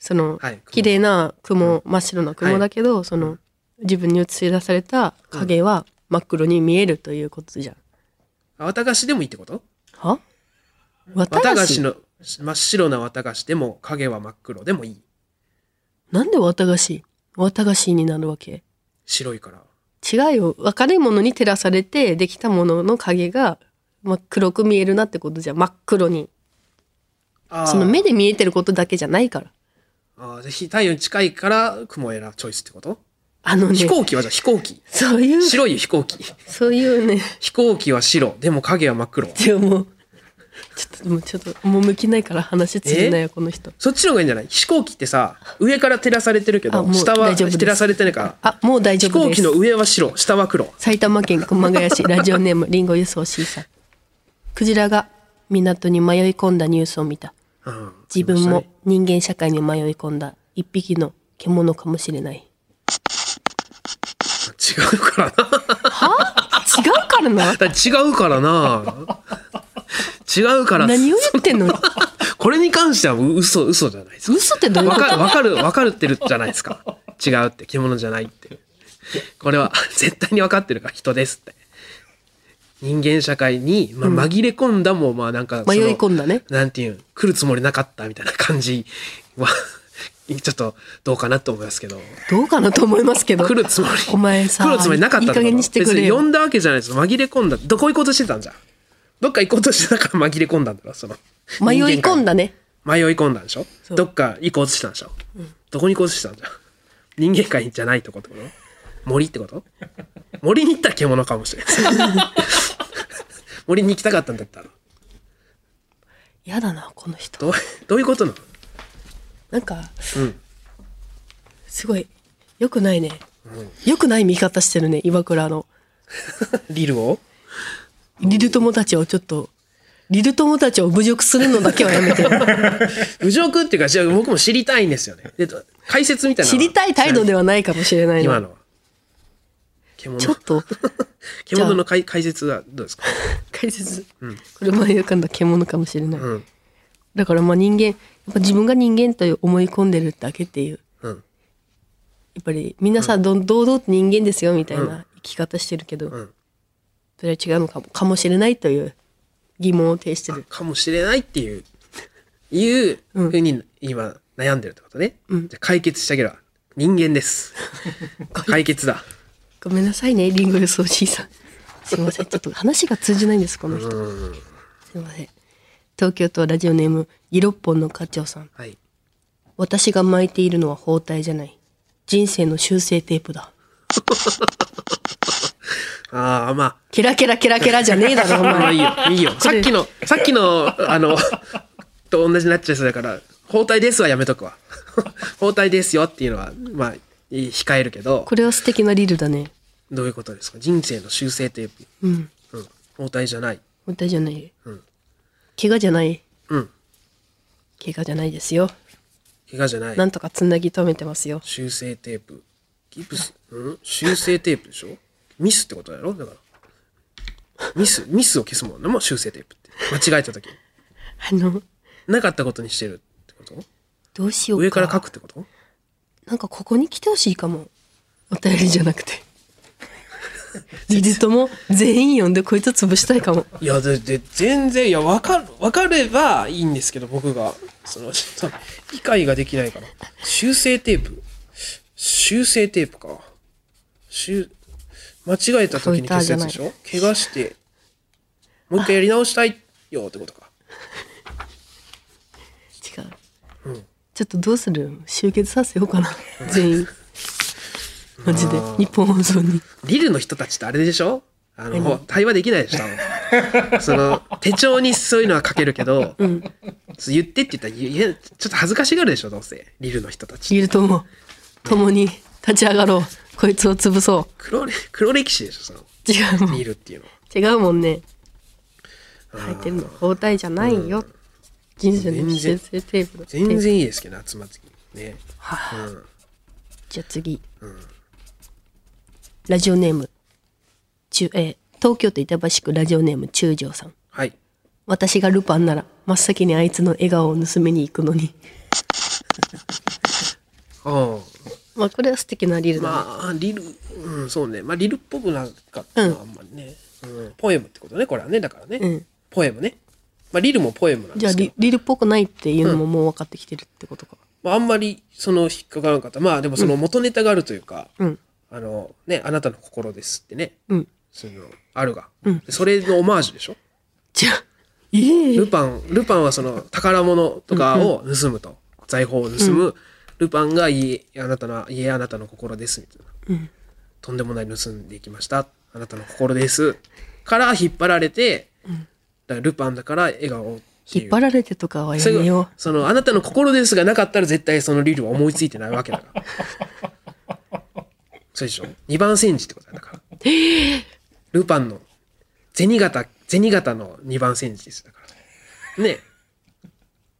[SPEAKER 2] その、
[SPEAKER 1] はい雲
[SPEAKER 2] 綺麗な雲、真っ白な雲だけど、その自分に映し出された影は真っ黒に見えるということじゃん。
[SPEAKER 1] 綿菓子でもいいってこと
[SPEAKER 2] は？綿
[SPEAKER 1] 綿
[SPEAKER 2] 菓
[SPEAKER 1] 菓
[SPEAKER 2] 子
[SPEAKER 1] 子の真っ白な綿菓子でも影は真っ黒でもいい。
[SPEAKER 2] なんで綿菓子？綿菓子になるわけ？
[SPEAKER 1] 白いから。
[SPEAKER 2] 違うよ。明るいものに照らされてできたものの影が真っ黒く見えるなってことじゃん。真っ黒に。
[SPEAKER 1] あー
[SPEAKER 2] その目で見えてることだけじゃないから。
[SPEAKER 1] あーじゃあひ太陽に近いから雲を選ぶチョイスってこと
[SPEAKER 2] あのね。
[SPEAKER 1] 飛行機はじゃあ飛行機。
[SPEAKER 2] そういう、
[SPEAKER 1] 白いよ飛行機。
[SPEAKER 2] そういうね。
[SPEAKER 1] 飛行機は白。でも影は真っ黒。
[SPEAKER 2] でももう、ちょっと、もうちょっと、もう向きないから話つれないよ、この人。
[SPEAKER 1] そっちの方がいいんじゃない飛行機ってさ、上から照らされてるけ
[SPEAKER 2] あ
[SPEAKER 1] ど
[SPEAKER 2] も、う
[SPEAKER 1] 下は
[SPEAKER 2] 大丈夫です
[SPEAKER 1] 照らされてないから、
[SPEAKER 2] あ、もう大丈
[SPEAKER 1] 飛
[SPEAKER 2] 夫
[SPEAKER 1] 行
[SPEAKER 2] で
[SPEAKER 1] 機
[SPEAKER 2] す
[SPEAKER 1] の。上は白、下は黒。
[SPEAKER 2] 埼玉県熊谷市、ラジオネーム、リンゴ輸送 C さん。クジラが港に迷い込んだニュースを見た。
[SPEAKER 1] うん
[SPEAKER 2] 自分も人間社会に迷い込んだ一匹の獣かもしれない。
[SPEAKER 1] 違うからな。
[SPEAKER 2] 違うからな
[SPEAKER 1] 違うから
[SPEAKER 2] [laughs]
[SPEAKER 1] な。違うから。
[SPEAKER 2] 何を言ってんの
[SPEAKER 1] これに関してはう嘘、嘘じゃないですか。
[SPEAKER 2] 嘘ってどういう
[SPEAKER 1] わ [laughs]
[SPEAKER 2] こと
[SPEAKER 1] かわかる、わかるってるじゃないですか。違うって、着物じゃないって。これは絶対に分かってるから人ですって。人間社会に、まあ、紛れ込んだも、まあなんかその
[SPEAKER 2] 迷い込んだね。
[SPEAKER 1] なんていうん、来るつもりなかったみたいな感じは、 [laughs] ちょっとどうかなと思いますけど。
[SPEAKER 2] どうかなと思いますけど。
[SPEAKER 1] 来るつもり。
[SPEAKER 2] お前さ
[SPEAKER 1] 来るつもりなかったってこと
[SPEAKER 2] いい加減にしてくれよ
[SPEAKER 1] 別に呼んだわけじゃないです。紛れ込んだ。どこ行こうとしてたんじゃん。どっか行こうとしてたから紛れ込んだんだろ、その。
[SPEAKER 2] 迷い込ん
[SPEAKER 1] だ。
[SPEAKER 2] だね。
[SPEAKER 1] 迷い込んだんでしょ
[SPEAKER 2] う
[SPEAKER 1] どっか行こうとしてたんでしょ、どこに行こうとしてたんじゃん。人間界じゃないとこってこと森ってこと森に行ったら獣かもしれない。 [laughs] 森に行きたかったんだったら。
[SPEAKER 2] やだな、この人。
[SPEAKER 1] どう、どういうことなの
[SPEAKER 2] なんか、
[SPEAKER 1] うん
[SPEAKER 2] すごい良くないね、良くない見方してるね岩倉の
[SPEAKER 1] リルを
[SPEAKER 2] リル友たちをちょっとリル友たちを侮辱するのだけはやめて
[SPEAKER 1] 侮辱っていうか、じゃあ僕も知りたいんですよね。で解説みたいなの
[SPEAKER 2] 知
[SPEAKER 1] は。
[SPEAKER 2] りたい態度ではないかもしれない
[SPEAKER 1] 今
[SPEAKER 2] な
[SPEAKER 1] のは。獣
[SPEAKER 2] ちょっと
[SPEAKER 1] 獣の解解説はどうですか
[SPEAKER 2] 解説、これ迷い浮かんだ獣かもしれない、
[SPEAKER 1] うん
[SPEAKER 2] だからまあ人間やっぱ自分が人間と思い込んでるだけっていう
[SPEAKER 1] うん
[SPEAKER 2] やっぱりみんなさ、どん堂々と人間ですよみたいな生き方してるけど、
[SPEAKER 1] ん
[SPEAKER 2] それは違うのかもかもしれないという疑問を呈してる
[SPEAKER 1] かもしれないっていういうふうに今悩んでるってことね、じゃあ解決してあげるわ人間です解決だ
[SPEAKER 2] ごめんなさいね、リングルソーシーさん。すい
[SPEAKER 1] [laughs]
[SPEAKER 2] ません、ちょっと話が通じないんです、この人。すいません。東京都ラジオネーム、ギロッポンの課長さん。
[SPEAKER 1] はい
[SPEAKER 2] 私が巻いているのは包帯じゃない。人生の修正テープだ。
[SPEAKER 1] ああまあ
[SPEAKER 2] ケラケラケラケラじゃねえだろ、お
[SPEAKER 1] ま [laughs] あいい
[SPEAKER 2] 前。
[SPEAKER 1] よいいよさっきのさっきのあのと同じになっちゃいそうだから包帯ですはやめとくわ包帯ですよっていうのはまあいい控えるけど
[SPEAKER 2] これは素敵なリルだね。
[SPEAKER 1] どういうことですか人生の修正テープ、
[SPEAKER 2] うん。
[SPEAKER 1] うん、包帯じゃない
[SPEAKER 2] 包帯じゃない。怪我じゃない。
[SPEAKER 1] うん
[SPEAKER 2] 怪我じゃないですよ。
[SPEAKER 1] 怪我じゃない
[SPEAKER 2] なんとかつなぎ止めてますよ。
[SPEAKER 1] 修正テープギプス、うん、修正テープでしょミスってことだろだからミスミスを消すもんねもう修正テープって間違えた時
[SPEAKER 2] あの、
[SPEAKER 1] なかったことにしてるってこと
[SPEAKER 2] どうしようか。
[SPEAKER 1] 上から書くってこと
[SPEAKER 2] なんかここに来てほしいかも。お便りじゃなくて。
[SPEAKER 1] [laughs]
[SPEAKER 2] リルとも全員呼んでこいつ潰したいかも。
[SPEAKER 1] いやでで全然いや分かる分かればいいんですけど僕がそのちょっと理解ができないから修正テープ修正テープか修間違えた時に消すやつでし
[SPEAKER 2] フォ
[SPEAKER 1] ょ怪我してもう一回やり直したいよってことか
[SPEAKER 2] 違う。ちょっとどうする集結させようかな。全員。マジで。日本放送に。
[SPEAKER 1] リルの人たちってあれでしょあの、対話できないでしょ多
[SPEAKER 2] [laughs]
[SPEAKER 1] 分その、手帳にそういうのは書けるけど、そう言ってって言ったら言え、ちょっと恥ずかしがるでしょどうせ。リルの人たち。
[SPEAKER 2] リルとも共に立ち上がろう。こいつを潰そ
[SPEAKER 1] 黒れ、黒歴史でしょその、
[SPEAKER 2] う。違うもん。
[SPEAKER 1] リルっていうのは。
[SPEAKER 2] 違うもんね。入ってるの包帯じゃないよ。人生の修正テープだって。
[SPEAKER 1] 全然いいですけど、集まってね。
[SPEAKER 2] じゃあ次。ラジオネーム、中、えー東京都板橋区ラジオネーム中条さん。
[SPEAKER 1] はい。
[SPEAKER 2] 私がルパンなら、真っ先にあいつの笑顔を盗みに行くのに。
[SPEAKER 1] あ
[SPEAKER 2] まあ、これは素敵なリル
[SPEAKER 1] あ。
[SPEAKER 2] だ、ね。
[SPEAKER 1] まあ、リル、うん、そうね。まあ、リルっぽくなかったな、あんまりね、うん。ポエムってことね、これはね。だからね。
[SPEAKER 2] うん
[SPEAKER 1] ポエムね。まあ、リルもポエムなん
[SPEAKER 2] じ
[SPEAKER 1] で
[SPEAKER 2] ゃあ
[SPEAKER 1] すけ
[SPEAKER 2] リ
[SPEAKER 1] ど。、
[SPEAKER 2] リルっぽくないっていうのももう分かってきてるってことか。
[SPEAKER 1] まあ、あんまり、その、引っかからなかった。まあ、でもその元ネタがあるというか、
[SPEAKER 2] うん。
[SPEAKER 1] あの、ね、あなたの心ですってね。
[SPEAKER 2] うん。
[SPEAKER 1] そういうの、あるが、でそれのオマージュでしょ
[SPEAKER 2] じゃあ、ええ
[SPEAKER 1] ルパン、ルパンはその宝物とかを盗むと。財宝を盗む。ルパンが家、あなたの、家あなたの心です。みたいな。とんでもない盗んでいきました。あなたの心です。から引っ張られて、だからルパンだから笑顔っていう。
[SPEAKER 2] 引っ張られてとかはや
[SPEAKER 1] そ
[SPEAKER 2] め
[SPEAKER 1] れ
[SPEAKER 2] よ
[SPEAKER 1] がその、あなたの心ですがなかったら絶対そのリルは思いついてないわけだから。そうでしょ二番煎じってことだから。ルパンの、銭形、銭形の二番煎じです。だから。ねえ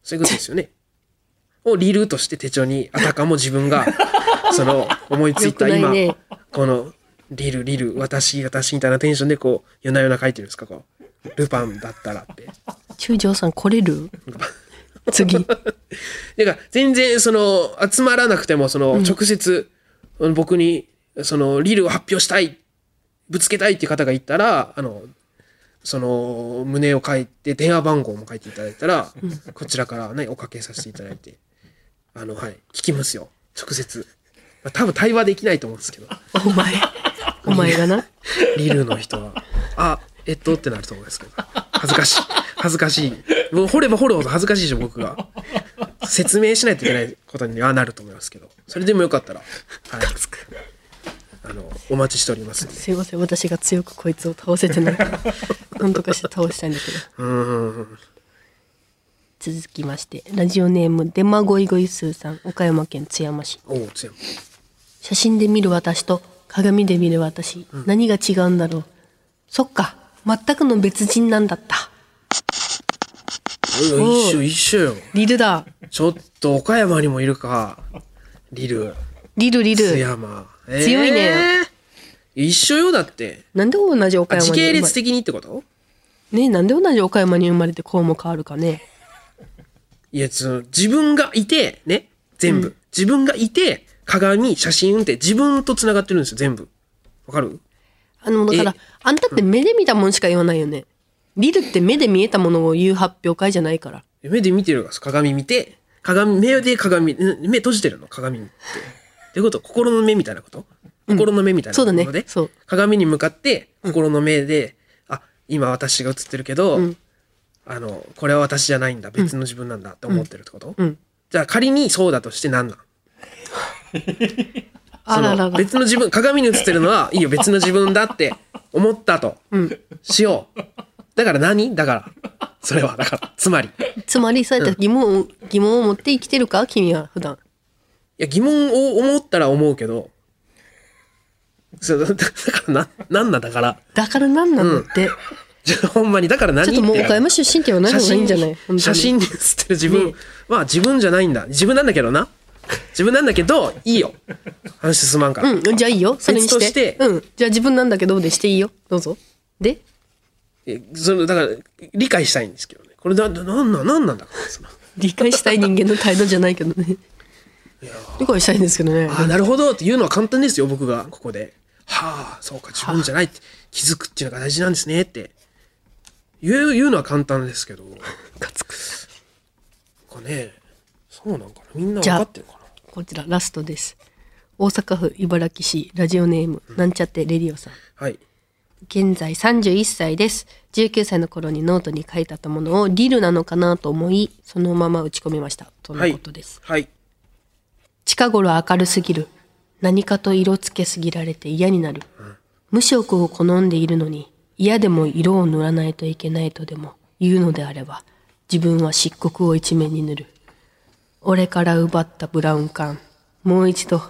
[SPEAKER 1] そういうことですよね。をリルとして手帳に、あたかも自分が、その、思いついた
[SPEAKER 2] よく
[SPEAKER 1] 今、
[SPEAKER 2] ないね
[SPEAKER 1] この、リル、リル、私、私みたいなテンションでこう、夜な夜な書いてるんですか、こう。ルパンだったらって。
[SPEAKER 2] う。中条さん来れる [laughs] 次。
[SPEAKER 1] てか、全然、その、集まらなくても、その、直接、僕に、その、リルを発表したい、ぶつけたいっていう方がいたら、あの、その、胸を書いて、電話番号も書いていただいたら、こちらからね、おかけさせていただいて、あの、はい、聞きますよ。直接。まあ、多分対話できないと思うんですけど、
[SPEAKER 2] お前。お前がな。
[SPEAKER 1] リルの人は、あ、えっと、ってなると思うんですけど、恥ずかしい。恥ずかしい。もう掘れば掘るほど恥ずかしいでしょ、僕が。説明しないといけないことにはなると思いますけど、それでもよかったら、はい。あの、お待ちしておりますんで。
[SPEAKER 2] すいません。私が強くこいつを倒せて [laughs] ないから。なんとかして倒したいんだけど。続きまして、ラジオネーム、デマゴイゴイスーさん、岡山県津山市。
[SPEAKER 1] おう、つや
[SPEAKER 2] 写真で見る私と鏡で見る私、何が違うんだろう。そっか、全くの別人なんだった。
[SPEAKER 1] も。うん一緒、一緒よ。
[SPEAKER 2] リルだ。
[SPEAKER 1] ちょっと、岡山にもいるか。リル、
[SPEAKER 2] リルリ
[SPEAKER 1] 津
[SPEAKER 2] ル。
[SPEAKER 1] 山。
[SPEAKER 2] 強いね
[SPEAKER 1] えー。一緒よ、だって。
[SPEAKER 2] なんで同じ岡
[SPEAKER 1] あ時
[SPEAKER 2] 山に生ま
[SPEAKER 1] 系
[SPEAKER 2] れ
[SPEAKER 1] 列的にってこと
[SPEAKER 2] ねなんで同じ岡山に生まれてこうも変わるかね。
[SPEAKER 1] いや、その、自分がいて、ね、全部。自分がいて、鏡、写真って、自分と繋がってるんですよ、全部。わかる
[SPEAKER 2] あの、だから
[SPEAKER 1] え、
[SPEAKER 2] あんたって目で見たもんしか言わないよね。リルって目で見えたものを言う発表会じゃないから。
[SPEAKER 1] 目で見てるから、鏡見て、鏡、目で鏡、ん目閉じてるの、鏡って。ってこと心の目みたいなこと心の目みたいな
[SPEAKER 2] そうだね
[SPEAKER 1] もので
[SPEAKER 2] そう
[SPEAKER 1] 鏡に向かって、心の目で、あ、今私が映ってるけど、あの、これは私じゃないんだ、別の自分なんだって思ってるってこと、
[SPEAKER 2] うん。
[SPEAKER 1] じゃあ仮にそうだとして何なん
[SPEAKER 2] あらら
[SPEAKER 1] その
[SPEAKER 2] ら。
[SPEAKER 1] 別の自分、鏡に映ってるのは、いいよ、別の自分だって思ったと。しよう。だから何だから。それは、だから、つまり。い
[SPEAKER 2] つまり、そうやって疑問を、疑問を持って生きてるか君は普段。
[SPEAKER 1] や、疑問を思ったら思うけど、そうだだからな、なんなんだから。
[SPEAKER 2] だから何なんだって。
[SPEAKER 1] じゃあほんまに、だから何
[SPEAKER 2] ちょっともう岡山出身って言わない
[SPEAKER 1] 写
[SPEAKER 2] 方がいい
[SPEAKER 1] 真
[SPEAKER 2] んじゃない本当に
[SPEAKER 1] 写真に写ってる自分は自分じゃないんだ。自分なんだけどな。自分なんだけど、いいよ。話進まんから。
[SPEAKER 2] うん、じゃあいいよ。それにし
[SPEAKER 1] 別
[SPEAKER 2] て。
[SPEAKER 1] として
[SPEAKER 2] うん。じゃあ自分なんだけどでしていいよ。どうぞ。で
[SPEAKER 1] えその、だから、理解したいんですけどね。これな、な、なんなん、なんなんだから、その。
[SPEAKER 2] 理解したい人間の態度じゃないけどね。理解したいんですけどね。
[SPEAKER 1] ああ、なるほどっていうのは簡単ですよ、僕が、ここで。はあ、そうか、自分じゃないって、気づくっていうのが大事なんですねって。言う、言うのは簡単です
[SPEAKER 2] [laughs]
[SPEAKER 1] けど、なん
[SPEAKER 2] かつく。
[SPEAKER 1] かね、そうなんかな。みんな分
[SPEAKER 2] じゃあ
[SPEAKER 1] かってるかな。
[SPEAKER 2] こちらラストです。大阪府茨木市ラジオネーム、なんちゃってレディオさん。
[SPEAKER 1] はい。
[SPEAKER 2] 現在31歳です。19歳の頃にノートに書いてあったものをリルなのかなと思い、そのまま打ち込みました。と
[SPEAKER 1] は
[SPEAKER 2] の
[SPEAKER 1] い。
[SPEAKER 2] ことです。
[SPEAKER 1] はい。
[SPEAKER 2] 近頃明るすぎる何かと色つけすぎられて嫌になる、無色を好んでいるのに嫌でも色を塗らないといけないとでも言うのであれば自分は漆黒を一面に塗る俺から奪ったブラウン管もう一度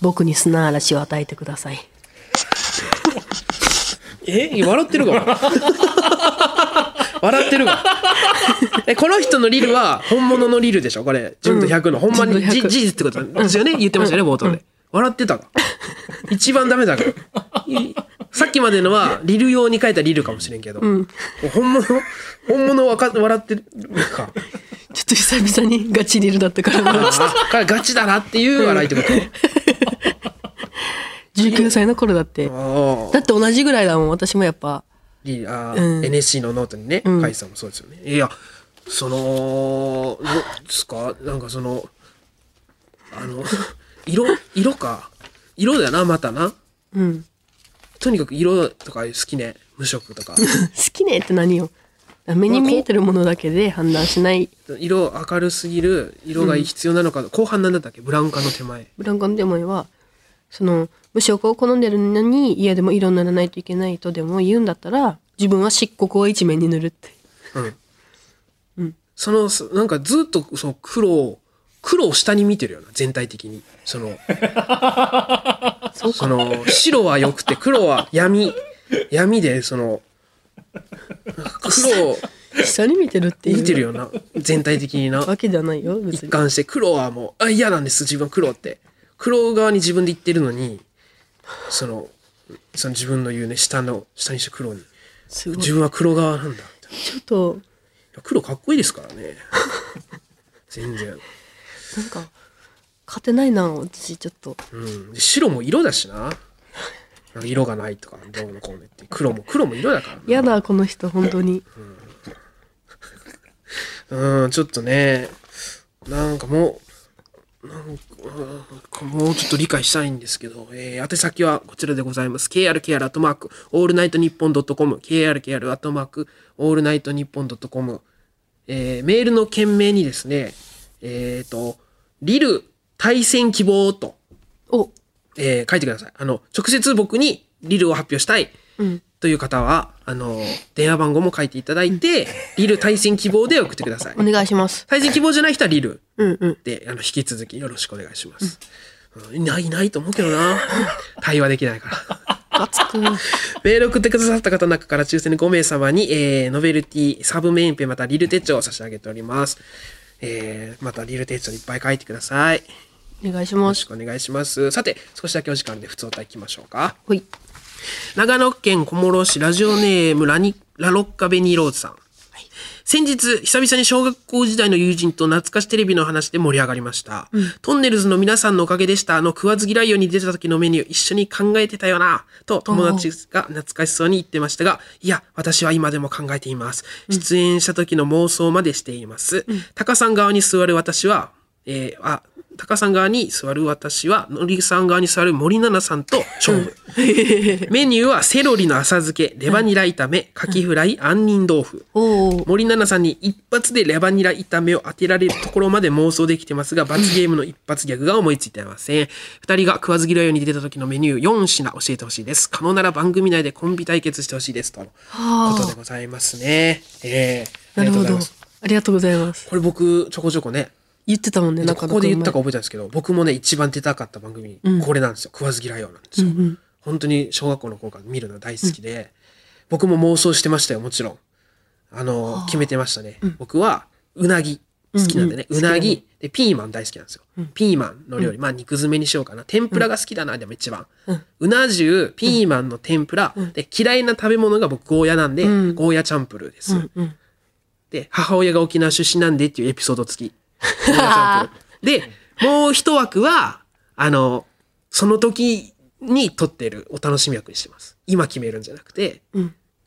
[SPEAKER 2] 僕に砂嵐を与えてください
[SPEAKER 1] え笑ってるか [laughs] 笑ってるかえこの人のリルは本物のリルでしょこれ純度100の、ほんまに
[SPEAKER 2] 純
[SPEAKER 1] じ
[SPEAKER 2] 度100
[SPEAKER 1] 事実ってことですよね言ってましたよね冒頭で、笑ってたか一番ダメだからいさっきまでのは、リル用に書いたリルかもしれんけど、本物、本物わか笑ってるか、
[SPEAKER 2] ちょっと久々にガチリルだったから
[SPEAKER 1] [laughs]
[SPEAKER 2] 笑っちゃっ
[SPEAKER 1] あがガチだなっていう笑いってこと
[SPEAKER 2] た19歳の頃だって
[SPEAKER 1] あ
[SPEAKER 2] だって同じぐらいだもん私もやっぱ
[SPEAKER 1] リあ
[SPEAKER 2] うん
[SPEAKER 1] ー NSC のノートにね、
[SPEAKER 2] ん
[SPEAKER 1] カイさんもそうですよね。いや、その、どうですかなんかその、あの、 [laughs] 色、色か。色だよな、またな。
[SPEAKER 2] うん
[SPEAKER 1] とにかく色とか好きね。無色
[SPEAKER 2] [laughs]
[SPEAKER 1] とか。
[SPEAKER 2] 好きねって何よ目に見えてるものだけで判断しない
[SPEAKER 1] 色明るすぎる、色が必要なのか。後半なんだったっけブラウン化の手前。
[SPEAKER 2] ブランカのデモイはその無色を好んでるのに嫌でも色にならないといけないとでも言うんだったら自分は漆黒を一面に塗るって
[SPEAKER 1] [laughs] うん。その、そなんかずっとその黒を、黒を下に見てるよな、全体的に。そ
[SPEAKER 2] [laughs]
[SPEAKER 1] の、
[SPEAKER 2] そう
[SPEAKER 1] その、白は良くて、黒は闇、闇で、その、黒を
[SPEAKER 2] 下に見てるっていう
[SPEAKER 1] 見てるよな、全体的にな。
[SPEAKER 2] わけじゃないよ別
[SPEAKER 1] 一
[SPEAKER 2] に
[SPEAKER 1] 貫して、黒はもう、あ、嫌なんです、自分は黒って。黒側に自分で言ってるのに、その、その自分の言うね、下の、下にして黒に。
[SPEAKER 2] すごいち
[SPEAKER 1] 自分は黒側なんだみたいな。
[SPEAKER 2] ょっと
[SPEAKER 1] いや黒かっこいいですから
[SPEAKER 2] [laughs]
[SPEAKER 1] ね。全然。
[SPEAKER 2] なんか勝てないな私ちょっと
[SPEAKER 1] うん。で白も色だしな。なんか色がないとか、どうのこうのって。黒も、黒も色だからな。
[SPEAKER 2] 嫌だこの人本当に
[SPEAKER 1] うん、ちょっとね、なんかもう、なんかうんもうちょっと理解したいんですけど、えー、宛先はこちらでございます。krkr アットマーク、オールナイトニッポンドットコム、krkr アットマーク、オールナイトニッポンドットコム、えー、メールの件名にですね、えっ、ー、と、リル対戦希望と、
[SPEAKER 2] お
[SPEAKER 1] えー書いてください。あの、直接僕にリルを発表したいという方は、あの、電話番号も書いていただいて、リル対戦希望で送ってください
[SPEAKER 2] お。願いします
[SPEAKER 1] 対戦希望じゃない人はリル
[SPEAKER 2] うんうん
[SPEAKER 1] で、あの、引き続きよろしくお願いします。うんいないいないと思うけどな。対話できないから。 [laughs]
[SPEAKER 2] ガツく
[SPEAKER 1] メールを送ってくださった方の中から抽選で5名様に、えー、ノベルティ、サブメインペン、またリル手帳を差し上げております。えー、またリル手帳にいっぱい書いてください。よ
[SPEAKER 2] お願いしま
[SPEAKER 1] ろ
[SPEAKER 2] す
[SPEAKER 1] [laughs] しくお願いします。さて、少しだけお時間で普通お題いきましょうか。
[SPEAKER 2] ほい
[SPEAKER 1] 長野県小諸市ラジオネームラニラロッカベニーローズさん。先日、久々に小学校時代の友人と懐かしテレビの話で盛り上がりました。トンネルズの皆さんのおかげでした。あの食わず嫌いように出てた時のメニュー一緒に考えてたよな。と友達が懐かしそうに言ってましたが、いや、私は今でも考えています。出演した時の妄想までしています。タカさん側に座る私は、えー、あ、タカさん側に座る私は、ノリさん側に座る森七菜さんと勝負。メニューはセロリの浅漬け、レバニラ炒め、カキフライ、杏仁豆腐。
[SPEAKER 2] おお
[SPEAKER 1] 森七菜さんに一発でレバニラ炒めを当てられるところまで妄想できてますが、罰ゲームの一発ギャグが思いついていません。二人が食わず嫌いように出た時のメニュー4品教えてほしいです。可能なら番組内でコンビ対決してほしいです。とのことでございますね。えー、あ
[SPEAKER 2] な
[SPEAKER 1] り
[SPEAKER 2] る
[SPEAKER 1] がとうござい
[SPEAKER 2] ほど
[SPEAKER 1] ます。
[SPEAKER 2] ありがとうございます
[SPEAKER 1] これ僕、ちょこちょこね、
[SPEAKER 2] 言ってたもんね中
[SPEAKER 1] こ
[SPEAKER 2] 野
[SPEAKER 1] こで言ったか
[SPEAKER 2] か
[SPEAKER 1] 覚えてないですけど、僕もね、一番出たかった番組、これなんですよ。食わず嫌いようなんですよ。本当に小学校の頃から見るの大好きで、僕も妄想してましたよ、もちろん。あの、決めてましたね。僕は、うなぎ、好きなんでね。うなぎ、で、ピーマン大好きなんですよ。ピーマンの料理、まあ、肉詰めにしようかな。天ぷらが好きだな、でも一番。うな重、ピーマンの天ぷら、で、嫌いな食べ物が僕、ゴーヤなんで、ゴーヤチャンプルーです。で、母親が沖縄出身なんでっていうエピソード付き。
[SPEAKER 2] [laughs]
[SPEAKER 1] で、もう一枠は、あの、その時に撮ってるお楽しみ枠にしてます。今決めるんじゃなくて、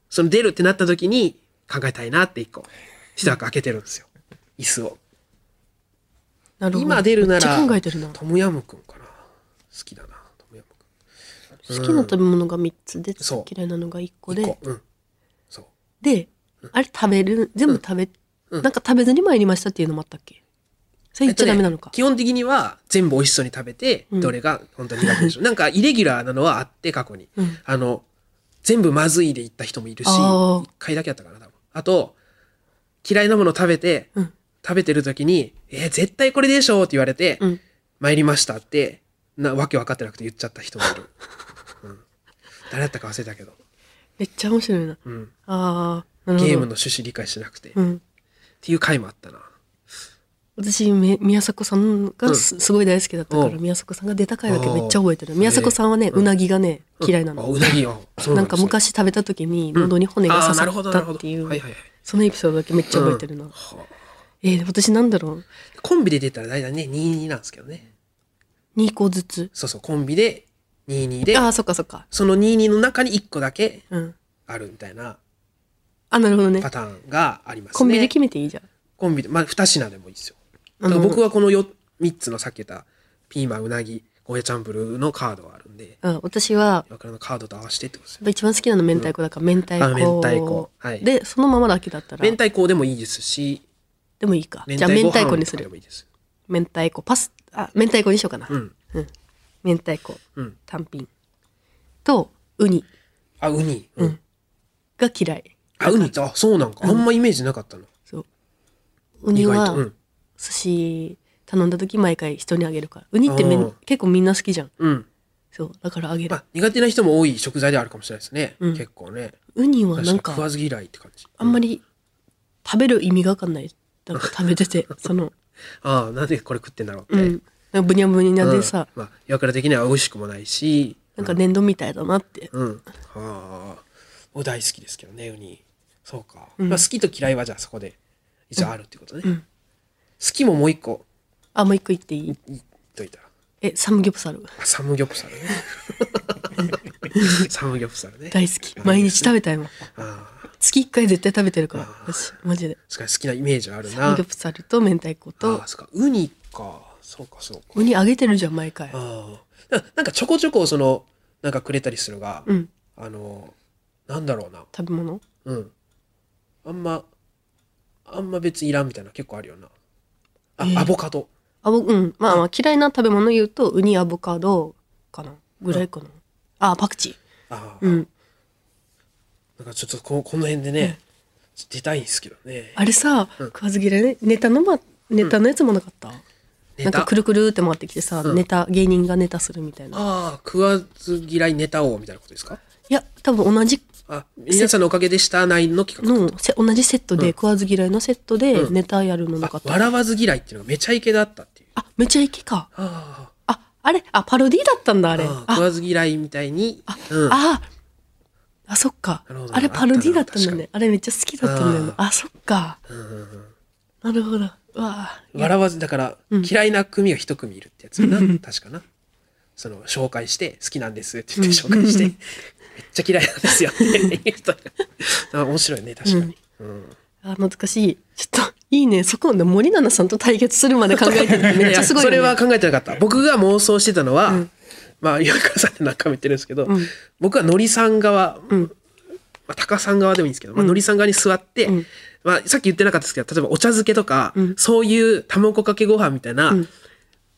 [SPEAKER 1] その出るってなった時に考えたいなって一個、一枠開けてるんですよ。椅子を。
[SPEAKER 2] なるほど
[SPEAKER 1] 今出るな
[SPEAKER 2] めっ
[SPEAKER 1] ら、
[SPEAKER 2] ちゃ考えてるな
[SPEAKER 1] トムヤムくんかな。好きだな、トムヤムくん。
[SPEAKER 2] 好きな食べ物が3つで
[SPEAKER 1] そう
[SPEAKER 2] 嫌いなのが1個
[SPEAKER 1] 一
[SPEAKER 2] で
[SPEAKER 1] 個うん。そう。
[SPEAKER 2] であれ食べる全部食べ、なんか食べずに参りましたっていうのもあったっけそれ言っちゃダメなのか、
[SPEAKER 1] えっとね基本的には全部美味しそうに食べて、どれが本当に苦手でしょ
[SPEAKER 2] [laughs]
[SPEAKER 1] う。なんかイレギュラーなのはあって、過去に。あの、全部まずいで行った人もいるし、
[SPEAKER 2] あー
[SPEAKER 1] 一回だけあったかな、多分。あと、嫌いなもの食べて、食べてる時に、えー絶対これでしょうって言われて、参りましたって、な、わけ分かってなくて言っちゃった人もい
[SPEAKER 2] [laughs]
[SPEAKER 1] る。うん、誰だったか忘れたけど、
[SPEAKER 2] めっちゃ面白いな、
[SPEAKER 1] ん
[SPEAKER 2] ああなるほど
[SPEAKER 1] ゲームの趣旨理解しなくて、っ
[SPEAKER 2] うん
[SPEAKER 1] ていう回もあったな。
[SPEAKER 2] 私め宮迫さんがす,、ごい大好きだったから
[SPEAKER 1] うん
[SPEAKER 2] 宮迫さんが出た回だけめっちゃ覚えてる
[SPEAKER 1] おう
[SPEAKER 2] 宮迫さんはね、うなぎがね、嫌いなの。
[SPEAKER 1] あうなぎよ。そう
[SPEAKER 2] なん
[SPEAKER 1] です
[SPEAKER 2] か
[SPEAKER 1] ね
[SPEAKER 2] 昔食べた時に喉に骨が
[SPEAKER 1] あー
[SPEAKER 2] 刺
[SPEAKER 1] な
[SPEAKER 2] さ
[SPEAKER 1] るほど
[SPEAKER 2] っ
[SPEAKER 1] な
[SPEAKER 2] た
[SPEAKER 1] るほど
[SPEAKER 2] っていう、
[SPEAKER 1] はいはいはい
[SPEAKER 2] そのエピソードだけめっちゃ覚えてるな、
[SPEAKER 1] はあ
[SPEAKER 2] えー私なんだろう
[SPEAKER 1] コンビで出たら大体ね、22なんですけどね。
[SPEAKER 2] 2個ずつ
[SPEAKER 1] そうそう、コンビで22で、
[SPEAKER 2] ああそっかそっか
[SPEAKER 1] その22の中に1個だけ
[SPEAKER 2] うん
[SPEAKER 1] あるみたいな
[SPEAKER 2] あなるほどね
[SPEAKER 1] パターンがありますね。
[SPEAKER 2] コンビで決めていいじゃん
[SPEAKER 1] コンビで、まあ2品でもいいですよ。だ
[SPEAKER 2] あ
[SPEAKER 1] か
[SPEAKER 2] の
[SPEAKER 1] ら僕はこのよ3つのさっき言ったピーマン、うなぎ、ゴーヤチャンプルーのカードがあるんで、
[SPEAKER 2] あ私は
[SPEAKER 1] 岩倉のカードと合わせてってことですよ。
[SPEAKER 2] やっぱ一番好きなの明太子だから、明太
[SPEAKER 1] あ明
[SPEAKER 2] 子
[SPEAKER 1] 太子はい
[SPEAKER 2] でそのままだけだったら
[SPEAKER 1] 明太子でもいいですし、
[SPEAKER 2] でもいいか
[SPEAKER 1] 明
[SPEAKER 2] じゃあ
[SPEAKER 1] ご飯
[SPEAKER 2] 明太子にす
[SPEAKER 1] とかでも
[SPEAKER 2] る
[SPEAKER 1] いいです。、
[SPEAKER 2] 明太子パスあ明太子にしようかなうん明太子、
[SPEAKER 1] うん
[SPEAKER 2] 単品とウニ
[SPEAKER 1] あ、ウニ。うん。
[SPEAKER 2] が嫌い
[SPEAKER 1] あ、ウニって、あ、そうなんか。あんまイメージなかったの。
[SPEAKER 2] そうウニは、
[SPEAKER 1] うん。
[SPEAKER 2] 寿司頼んだ時毎回人にあげるからウニってめん
[SPEAKER 1] あー
[SPEAKER 2] 結構みんな好きじゃん
[SPEAKER 1] うん。
[SPEAKER 2] そうだからあげる、
[SPEAKER 1] まあ、苦手な人も多い食材ではあるかもしれないですね。
[SPEAKER 2] うん
[SPEAKER 1] 結構ね。
[SPEAKER 2] ウニは
[SPEAKER 1] 確
[SPEAKER 2] なん
[SPEAKER 1] かに
[SPEAKER 2] か
[SPEAKER 1] 食わず嫌いって感じ。
[SPEAKER 2] あんまり食べる意味が分かんないなんか食べててその
[SPEAKER 1] ああ、なんでこれ食ってんだろうって。
[SPEAKER 2] う
[SPEAKER 1] うん
[SPEAKER 2] んなんかブニャブニャでさ、
[SPEAKER 1] まあ、岩倉的には美味しくもないし。
[SPEAKER 2] なんか粘土みたいだなって、
[SPEAKER 1] うん。はあ。お大好きですけどね、ウニ。そうか。まあ、好きと嫌いはじゃあそこで一応あるってことね。好きももう一個
[SPEAKER 2] あもう一個言っていい
[SPEAKER 1] 言っといたら。
[SPEAKER 2] えサムギョプサル
[SPEAKER 1] あサムギョプサル
[SPEAKER 2] [laughs]
[SPEAKER 1] ね。サムギョプサルね。
[SPEAKER 2] 大好き毎日食べたいもん
[SPEAKER 1] ああ。
[SPEAKER 2] 月一回絶対食べてるから私マジで
[SPEAKER 1] 確かに好きなイメージある
[SPEAKER 2] サム
[SPEAKER 1] な
[SPEAKER 2] ギョ。プサルと明太子と
[SPEAKER 1] ああ、そうか。ウニか。そうか、そうか。
[SPEAKER 2] ウニあげてるじゃん毎回
[SPEAKER 1] ああななんかちょこちょこそのなんかくれたりするが、
[SPEAKER 2] うん
[SPEAKER 1] あのなんだろうな
[SPEAKER 2] 食べ物
[SPEAKER 1] うんあんまあんま別にいらんみたいな結構あるよなあ、アボカド
[SPEAKER 2] あぼうんまあまあ嫌いな食べ物言うとウニアボカドかなぐらいかな、あパクチー
[SPEAKER 1] ああ、
[SPEAKER 2] うん
[SPEAKER 1] なんかちょっとここの辺でね、出たいんですけどね
[SPEAKER 2] あれさ、食わず嫌いねネタのまネタのやつもなかった、
[SPEAKER 1] ネ
[SPEAKER 2] なん
[SPEAKER 1] タ
[SPEAKER 2] かくるくるって回ってきてさ、ネタ芸人がネタするみたいな
[SPEAKER 1] ああ食わず嫌いネタ王みたいなことですか
[SPEAKER 2] いや多分同じ
[SPEAKER 1] あ皆さんのおかげでしたナインの企画
[SPEAKER 2] のせ同じセットで、食わず嫌いのセットでネタやるのなか
[SPEAKER 1] あ
[SPEAKER 2] った、あ
[SPEAKER 1] 笑わず嫌いっていうのがめちゃイケだったっていう
[SPEAKER 2] めちゃイケか
[SPEAKER 1] あ
[SPEAKER 2] ああれあパロディだったんだあ
[SPEAKER 1] あ
[SPEAKER 2] れ
[SPEAKER 1] ああ
[SPEAKER 2] あ
[SPEAKER 1] 食わず嫌いみたいにあ、うん、
[SPEAKER 2] ああそっか
[SPEAKER 1] なるほど
[SPEAKER 2] あれパロディだった
[SPEAKER 1] あ
[SPEAKER 2] ん
[SPEAKER 1] ったな
[SPEAKER 2] だ
[SPEAKER 1] 確
[SPEAKER 2] ねあれめっちゃ好きだったんだよなあそっか、なるほどうわあ
[SPEAKER 1] 笑わずだから嫌いな組が一組いるってやつかな、確かなその紹介して「好きなんです」って言って紹介して「めっちゃ嫌いなんですよ」って言う人が面白いね確かに、
[SPEAKER 2] あ懐かしいちょっといいねそこで森七菜さんと対決するまで考えてるってめ
[SPEAKER 1] [laughs]
[SPEAKER 2] っ
[SPEAKER 1] い
[SPEAKER 2] ちゃ
[SPEAKER 1] や
[SPEAKER 2] すごい,、
[SPEAKER 1] そ
[SPEAKER 2] ね、
[SPEAKER 1] れは考えてなかった僕が妄想してたのは、まあ岩倉さんって何回も言ってるんですけど、僕はのりさん側、まあ、タカさん側でもいいんですけど、まあのりさん側に座って、まあ、さっき言ってなかったですけど例えばお茶漬けとか、そういう卵かけご飯みたいな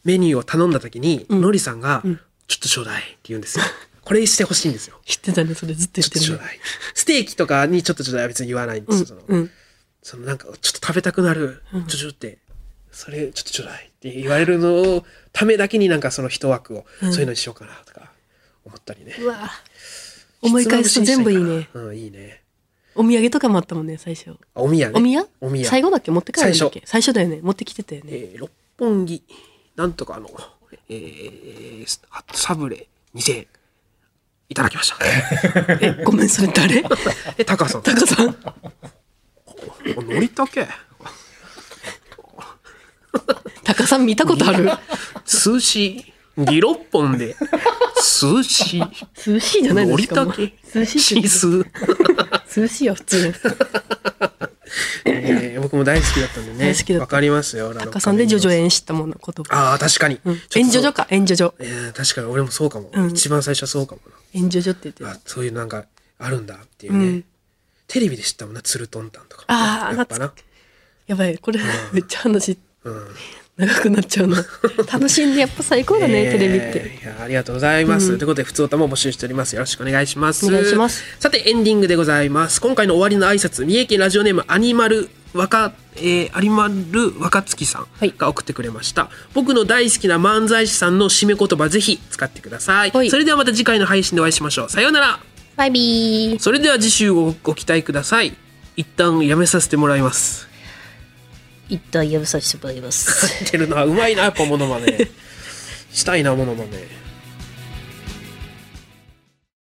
[SPEAKER 1] メニューを頼んだ時に、のりさんが、ちょっとちょうだい」って言うんですよ。これしてほしいんですよ。
[SPEAKER 2] 知ってたねそれずっと
[SPEAKER 1] ちょっと
[SPEAKER 2] 言って
[SPEAKER 1] ちょう
[SPEAKER 2] る
[SPEAKER 1] だい。ステーキとかにちょっとちょうだいは別に言わないんですよ。その
[SPEAKER 2] うん
[SPEAKER 1] そのなんか、ちょっと食べたくなる、ちょちょって、それちょっとちょうだいって言われるのを、ためだけになんかその一枠を、そういうのにしようかなとか、思ったりね。
[SPEAKER 2] うわ思い返すと全部いいね。
[SPEAKER 1] うん、いいね。
[SPEAKER 2] お土産とかもあったもんね最初
[SPEAKER 1] あお宮ね。
[SPEAKER 2] お宮
[SPEAKER 1] お宮。
[SPEAKER 2] 最後だっけ持って帰るんだっけ
[SPEAKER 1] 最
[SPEAKER 2] 最初だよね持ってきてたよね
[SPEAKER 1] えー六本木、なんとかあの、えー、スあサブレ2000円、いただきました。
[SPEAKER 2] えごめんそれ誰
[SPEAKER 1] [laughs] え、高さん。
[SPEAKER 2] タカさん
[SPEAKER 1] あ乗りたけ。
[SPEAKER 2] タカさん見たことある
[SPEAKER 1] 寿司、ギロッポンで、寿司、
[SPEAKER 2] 寿司じゃないの
[SPEAKER 1] 乗
[SPEAKER 2] し
[SPEAKER 1] り
[SPEAKER 2] か
[SPEAKER 1] た
[SPEAKER 2] も
[SPEAKER 1] け、
[SPEAKER 2] 寿司って
[SPEAKER 1] シス。
[SPEAKER 2] 寿司よ普
[SPEAKER 1] [laughs]
[SPEAKER 2] 通
[SPEAKER 1] えー僕も大好きだったんでね。
[SPEAKER 2] 大好きだった
[SPEAKER 1] わかりますよ。
[SPEAKER 2] タカさんでジョジョ
[SPEAKER 1] 演。
[SPEAKER 2] 演知ったもんな言葉
[SPEAKER 1] ああ、確かに。ちょっ
[SPEAKER 2] 演
[SPEAKER 1] と
[SPEAKER 2] ジョジョか演ジョジョ
[SPEAKER 1] えー確かに俺もそうかも。
[SPEAKER 2] うん
[SPEAKER 1] 一番最初はそうかも
[SPEAKER 2] 演ジョジョって言って
[SPEAKER 1] な。あ
[SPEAKER 2] た
[SPEAKER 1] そういうなんか、あるんだっていうね。
[SPEAKER 2] うん
[SPEAKER 1] テレビで知ったもんな、ツルトンタンとか。
[SPEAKER 2] あー
[SPEAKER 1] やっぱな。
[SPEAKER 2] やばいこれ [laughs] めっちゃ話
[SPEAKER 1] うん。
[SPEAKER 2] 長くなっ
[SPEAKER 1] [laughs]
[SPEAKER 2] ちゃうな楽しんでやっぱ最高だね、
[SPEAKER 1] えー
[SPEAKER 2] テレビって。
[SPEAKER 1] いやありがとうございます。ということで、普通歌も募集しております。よろしくお願いします。
[SPEAKER 2] お願いします
[SPEAKER 1] さて、エンディングでございます。今回の終わりの挨拶、三重県ラジオネームアニマル若、えー、アニマル若月さん
[SPEAKER 2] はい
[SPEAKER 1] が送ってくれました。僕の大好きな漫才師さんの締め言葉、ぜひ使ってください。
[SPEAKER 2] はい
[SPEAKER 1] それではまた次回の配信でお会いしましょう。さようなら。
[SPEAKER 2] バイビー。
[SPEAKER 1] それでは次週をご期待ください。一旦やめさせてもらい
[SPEAKER 2] [laughs]
[SPEAKER 1] ます。
[SPEAKER 2] 一旦やめさせてもらいます。
[SPEAKER 1] ってるな、うまいな、やっぱモノマネ。したいな、モノマネ。